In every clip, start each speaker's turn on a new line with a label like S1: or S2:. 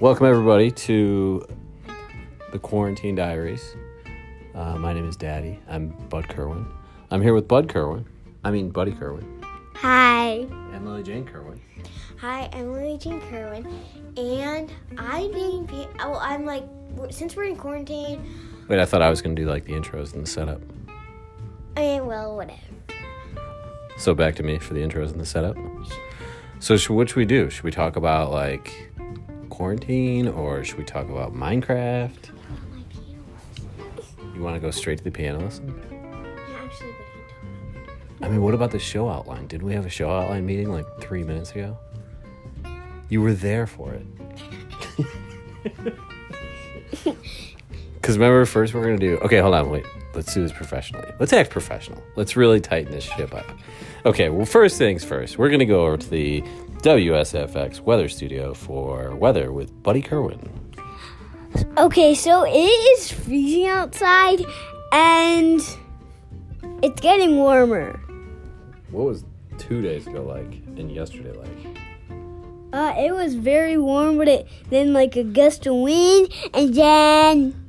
S1: Welcome, everybody, to the Quarantine Diaries. Uh, my name is Daddy. I'm Bud Kerwin. I'm here with Bud Kerwin. I mean, Buddy Kerwin.
S2: Hi.
S1: And Lily Jane Kerwin.
S2: Hi, I'm Lily Jean Kerwin, and I'm being. pa- Oh, I'm like, since we're in quarantine,
S1: Wait, I thought I was going to do like the intros and the setup.
S2: I mean, well, whatever.
S1: So back to me for the intros and the setup. So, sh- what should we do? Should we talk about like quarantine or should we talk about Minecraft?
S2: My piano.
S1: You want to go straight to the piano lesson?
S2: Yeah, actually, what are you talking
S1: I mean, what about the show outline? Didn't we have a show outline meeting like three minutes ago? You were there for it. Because remember, first we're going to do. Okay, hold on, wait. Let's do this professionally. Let's act professional. Let's really tighten this ship up. Okay, well, first things first, we're going to go over to the WSFX Weather Studio for weather with Buddy Kerwin.
S2: Okay, so it is freezing outside, and it's getting warmer.
S1: What was two days ago like and yesterday like?
S2: Uh, it was very warm, but it then like a gust of wind, and then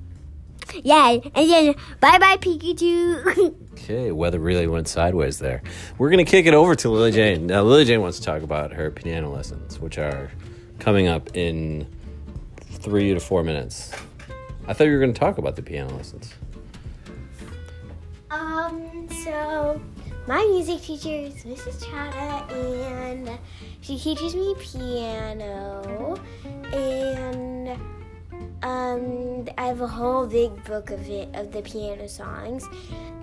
S2: yeah, and then bye bye Pikachu.
S1: Okay, weather really went sideways there. We're going to kick it over to Lily Jane. Now, Lily Jane wants to talk about her piano lessons, which are coming up in three to four minutes. I thought you were going to talk about the piano lessons.
S2: Um, so my music teacher is Mrs. Chata, and she teaches me piano. And um, I have a whole big book of it of the piano songs,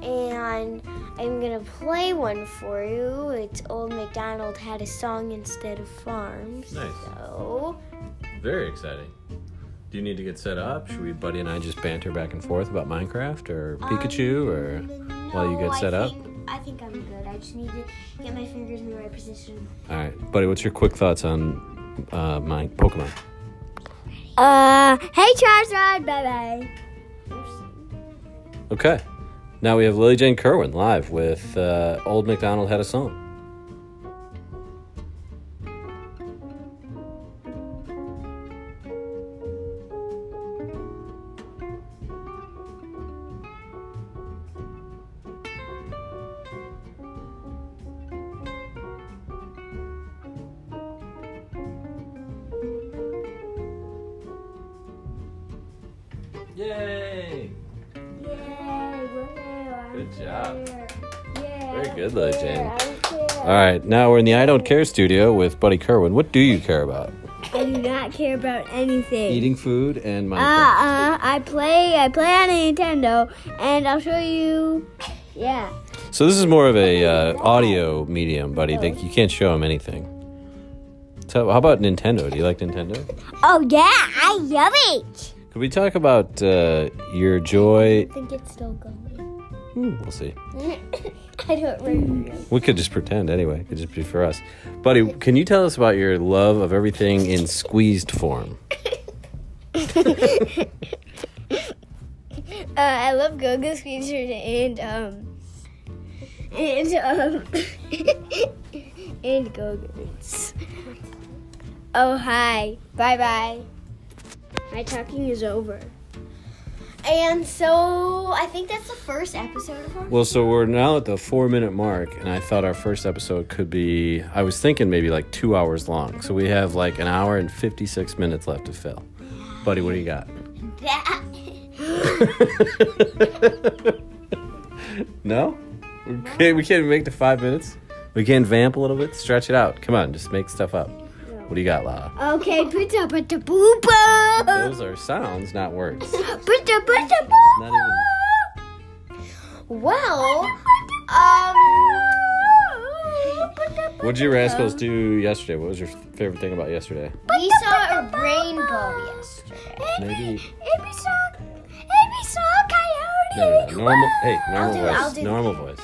S2: and I'm gonna play one for you. It's Old MacDonald Had a Song Instead of Farms.
S1: Nice.
S2: So
S1: Very exciting. Do you need to get set up? Should we, Buddy and I, just banter back and forth about Minecraft or Pikachu or while you
S2: no,
S1: get
S2: I
S1: set up?
S2: think- I think I'm good. I just need to get my fingers in the right position.
S1: All right, Buddy, what's your quick thoughts on uh, my Pokemon?
S2: Uh, hey Charizard, bye bye.
S1: Okay. Now we have Lily Jane Kerwin live with uh, Old MacDonald Had a Song. Yay! Good job. Very good, though, Jane. Uh, All right, now we're in the I Don't Care studio with Buddy Kerwin. What do you care about?
S2: I do not care about anything.
S1: Eating food and
S2: Uh,
S1: Minecraft.
S2: uh, I play, I play on a Nintendo, and I'll show you. Yeah.
S1: So this is more of a uh, audio medium, Buddy. They, you can't show him anything. So how about Nintendo? Do you like Nintendo?
S2: Oh yeah, I love it.
S1: Could we talk about uh, your joy?
S2: I think it's still going.
S1: Hmm, we'll see.
S2: I don't remember.
S1: We could just pretend anyway. It could just be for us. Buddy, can you tell us about your love of everything in squeezed form?
S2: Uh, I love Gogo's features and um and um and Gogo's. Oh hi, bye bye. My talking is over. And so I think that's the first episode of our.
S1: Well, so we're now at the four minute mark, and I thought our first episode could be, I was thinking maybe like two hours long. So we have like an hour and 56 minutes left to fill. Buddy, what do you got?
S2: That.
S1: no? We can't, we can't even make the five minutes? We can vamp a little bit, stretch it out. Come on, just make stuff up. What do you got, La?
S2: Okay, pizza, pizza, boo boo.
S1: Those are sounds, not words.
S2: Pizza, pizza, boo
S1: Not even-
S2: Well, um.
S1: What'd you rascals do yesterday? What was your f- favorite thing about yesterday?
S2: We saw a rainbow yesterday.
S1: Maybe.
S2: we saw, and we saw a coyote.
S1: No, no, no. Normal. Hey, normal
S2: do- I'll
S1: voice.
S2: do-
S1: Normal voice.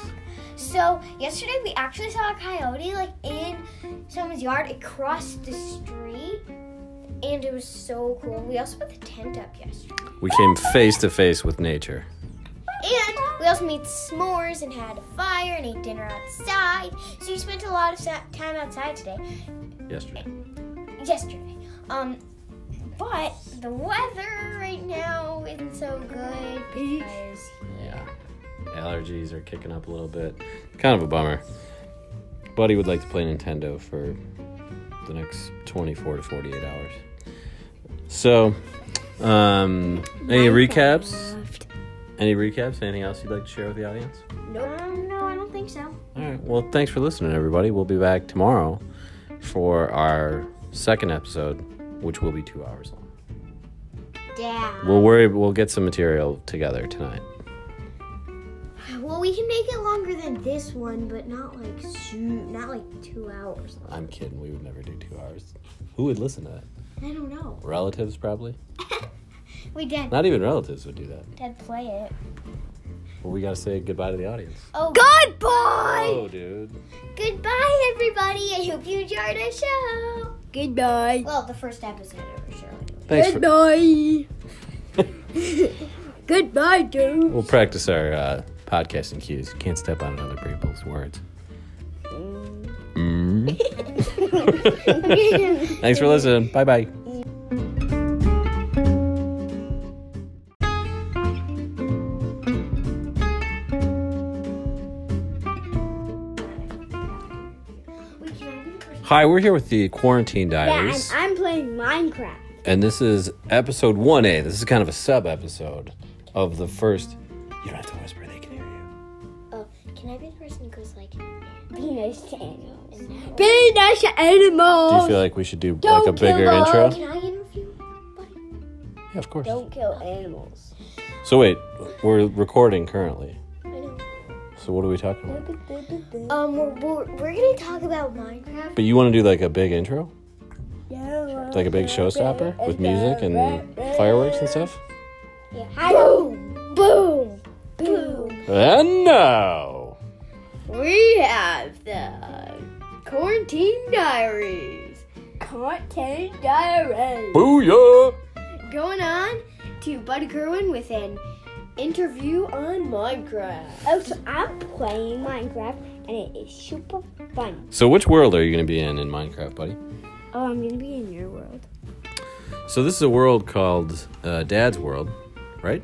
S2: So yesterday we actually saw a coyote like in someone's yard across the street, and it was so cool. We also put the tent up yesterday,
S1: We came face to face with nature.
S2: and we also made s'mores and had a fire and ate dinner outside. So we spent a lot of sa- time outside today.
S1: Yesterday.
S2: yesterday. Um, But the weather right now isn't so good because
S1: Yeah. Allergies are kicking up a little bit. Kind of a bummer. Buddy would like to play Nintendo for the next 24 to 48 hours. So, um, any recaps? Any recaps? Anything else you'd like to share with the audience?
S2: nope. Um, no, I don't think so.
S1: All right. Well, thanks for listening, everybody. We'll be back tomorrow for our second episode, which will be two hours long.
S2: Yeah.
S1: We'll worry. We'll get some material together tonight.
S2: Well, we can make it longer than this one, but not like soon, not like two hours.
S1: I'm kidding. We would never do two hours. Who would listen to that?
S2: I don't know.
S1: Relatives, probably.
S2: Wait, Dad,
S1: Not even relatives would do that.
S2: Dad, play it.
S1: Well, we gotta say goodbye to the audience.
S2: Oh, goodbye.
S1: Oh, dude.
S2: Goodbye, everybody. I hope you enjoyed our show.
S3: Goodbye.
S2: Well, the first episode of our show.
S1: Thanks. For,
S3: Goodbye. Goodbye, dude.
S1: we'll practice our uh, podcasting cues. Can't step on other people's words.
S3: Mm-hmm.
S1: Mm.
S2: anyway.
S1: Thanks for listening. Bye bye.
S2: Wait, can I be the first?
S1: Hi, we're here with the Quarantine
S3: Yeah,
S1: Diaries.
S3: and I'm playing Minecraft.
S1: and this is episode 1A. This is kind of a sub episode of the first. You don't have to whisper, they can hear you.
S2: Oh, can I be the person who goes like?
S3: Be nice to animals. Be nice to animals.
S1: Do you feel like we should do
S3: Oh, Don't
S1: like a bigger
S3: kill
S1: intro?
S3: them.
S2: Can I interview? Buddy?
S1: Yeah, of course.
S3: Don't kill animals.
S1: So, wait, we're recording currently.
S2: I know.
S1: So, what are we talking about?
S2: Um, we're, we're, we're gonna talk about Minecraft.
S1: But you want to do like a big intro? Like
S3: Like
S1: a big showstopper with music and fireworks and stuff?
S3: Boom! Boom! Boom!
S1: And now.
S3: We have the quarantine diaries. Quarantine diaries.
S1: Booyah!
S3: Going on to Buddy Kerwin with an interview on Minecraft.
S4: Oh, so I'm playing Minecraft and it is super fun.
S1: So, which world are you going to be in in Minecraft, buddy?
S4: Oh, I'm gonna be in your world.
S1: So this is a world called uh, Dad's World, right?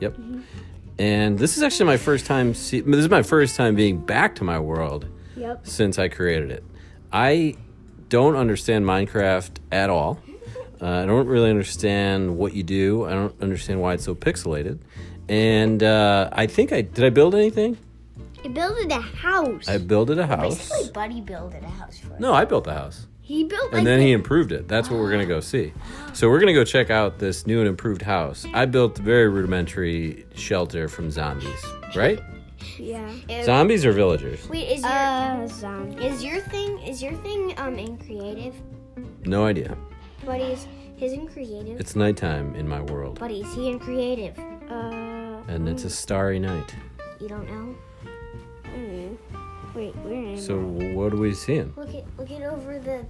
S1: Yep.
S2: Mm-hmm.
S1: And this is actually my first time. See- this is my first time being back to my world
S4: Yep.
S1: since I created it. I don't understand Minecraft at all. Uh, I don't really understand what you do. I don't understand why it's so pixelated. And uh, I think I did. I build anything?
S2: He built a house.
S1: I builded a house.
S2: Buddy built a house for us.
S1: No, I built the house.
S2: He built like
S1: and then he improved it. That's what we're gonna go see. So we're gonna go check out this new and improved house. I built a very rudimentary shelter from zombies, right?
S4: Yeah.
S1: zombies or villagers?
S2: Wait, is your
S4: Uh, zombie.
S2: is your thing is your thing um in creative?
S1: No idea.
S2: Buddy is his in creative.
S1: It's nighttime in my world,
S2: Buddy, is he in creative?
S4: Uh,
S1: and it's a starry night.
S2: You don't know.
S4: mm. wait, we're in.
S1: So what are we seeing?
S2: Look at look at over the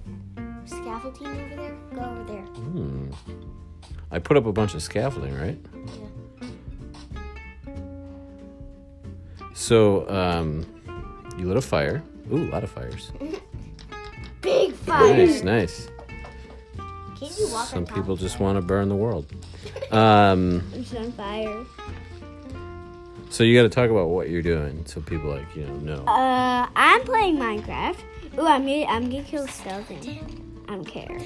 S2: scaffolding over there. Go over there.
S1: Hmm. I put up a bunch of scaffolding, right? So um, you lit a fire. Ooh, a lot of fires.
S2: Big fire.
S1: Nice, nice.
S2: Can you walk
S1: Some
S2: on top?
S1: people just want to burn the world. Um.
S4: I'm just on fire.
S1: So you got to talk about what you're doing, so people like you know know.
S4: Uh, I'm playing Minecraft. Ooh, I'm gonna, I'm gonna kill skeleton. I don't care.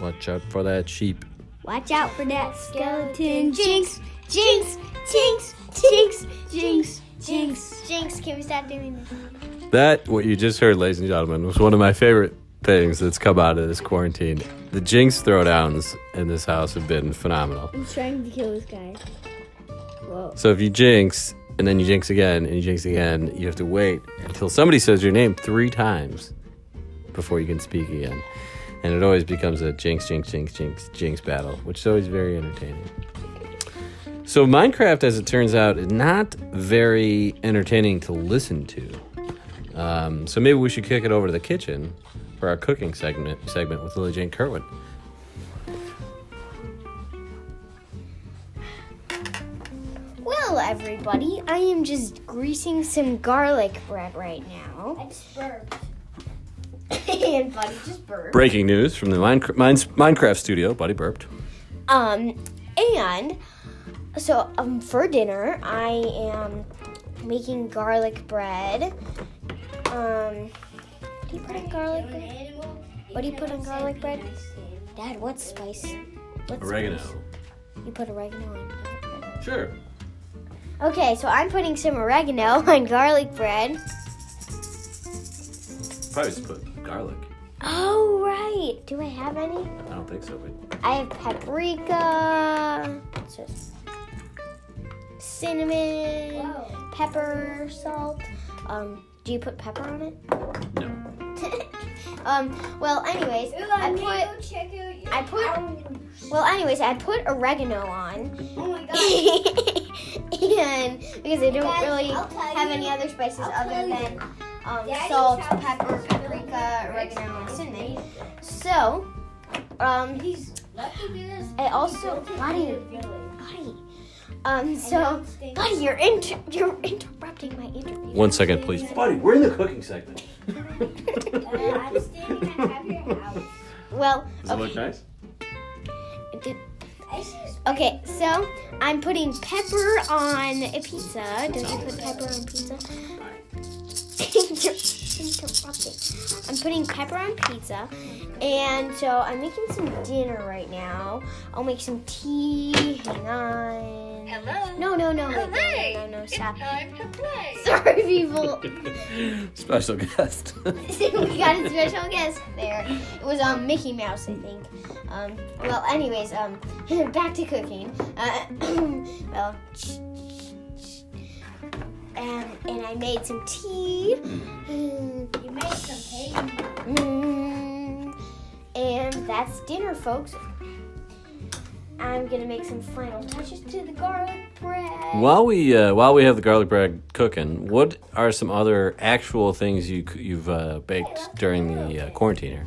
S1: Watch out for that sheep.
S4: Watch out for that skeleton. Jinx, jinx, jinx, jinx, jinx, jinx.
S2: Jinx, can we stop doing this?
S1: That what you just heard, ladies and gentlemen, was one of my favorite things that's come out of this quarantine. The jinx throwdowns in this house have been phenomenal.
S4: I'm trying to kill this guy. Whoa.
S1: So if you jinx and then you jinx again and you jinx again, you have to wait until somebody says your name three times before you can speak again. And it always becomes a jinx, jinx, jinx, jinx, jinx battle, which is always very entertaining. So Minecraft, as it turns out, is not very entertaining to listen to. Um, so maybe we should kick it over to the kitchen for our cooking segment segment with Lily Jane Kerwin.
S2: Well, everybody, I am just greasing some garlic bread right now.
S4: I just burped.
S2: I
S3: And Buddy just burped.
S1: Breaking news from the Minecraft, Minecraft studio. Buddy burped.
S2: Um, and so um, for dinner, I am making garlic bread. Um, what do you put on garlic bread? What do you put on garlic bread? Dad, what spice? What
S1: Oregano.
S2: spice? You put oregano on garlic bread.
S1: Sure.
S2: Okay, so I'm putting some oregano on garlic bread.
S1: Probably just put garlic.
S2: Oh, right. Do I have any?
S1: I don't think so. But
S2: I have paprika, what's this? cinnamon, pepper, salt. Um, do you put pepper on it?
S1: no.
S2: Um, well, anyways, I put
S3: check out your
S2: I put well, anyways, I put oregano on,
S3: Oh my god.
S2: and because I don't
S3: Guys,
S2: really
S3: I'll tell
S2: have
S3: you-
S2: any other spices
S3: I'll
S2: other
S3: tell you.
S2: than um,
S3: Daddy
S2: salt,
S3: travels
S2: pepper,
S3: to
S2: paprika,
S3: Philly.
S2: oregano, and cinnamon. So, um,
S3: He's lucky to this.
S2: I also Buddy, buddy, um, so buddy, you're inter- you're interrupting my interview.
S1: One second, please. Buddy, we're in the cooking segment.
S3: I'm standing at Javier House.
S2: Well,
S1: Does it
S2: okay,
S1: look nice?
S3: I see his
S2: okay, so I'm putting pepper on a pizza. Do you put pepper on pizza? You're interrupting. I'm putting pepper on pizza, and so I'm making some dinner right now. I'll make some tea. Hang on.
S5: Hello.
S2: No, no, no, wait,
S5: Play.
S2: no, no, no,
S5: It's
S2: stop.
S5: time to play.
S2: Sorry, people.
S1: Special guest.
S2: we got a special guest there. It was um Mickey Mouse, I think. Um, well, anyways, um, back to cooking. Uh, well, and um, and I made some tea.
S3: You made some hay.
S2: Mm, And that's dinner, folks. I'm gonna make some final touches to the garlic bread.
S1: While we uh, while we have the garlic bread cooking, what are some other actual things you c- you've uh, baked during the uh, quarantine here?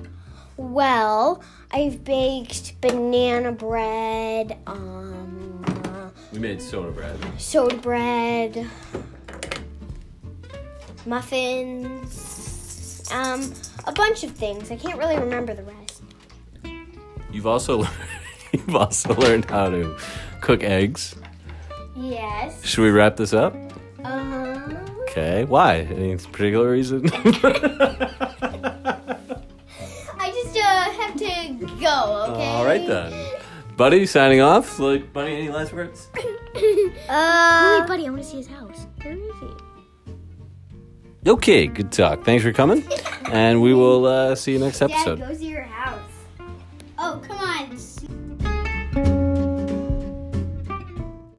S2: Well, I've baked banana bread. Um.
S1: We made soda bread.
S2: soda bread, muffins, um, a bunch of things. I can't really remember the rest.
S1: You've also learned, you've also learned how to cook eggs.
S2: Yes.
S1: Should we wrap this up?
S2: Um.
S1: Okay. Why? Any particular reason?
S2: I just uh, have to go. Okay.
S1: All right then. Buddy signing off. Like, Buddy, any last words?
S2: Uh. Wait, buddy, I want to see his house. Where is he?
S1: Okay, good talk. Thanks for coming, and we will uh, see you next
S3: Dad,
S1: episode.
S3: go to your house. Oh, come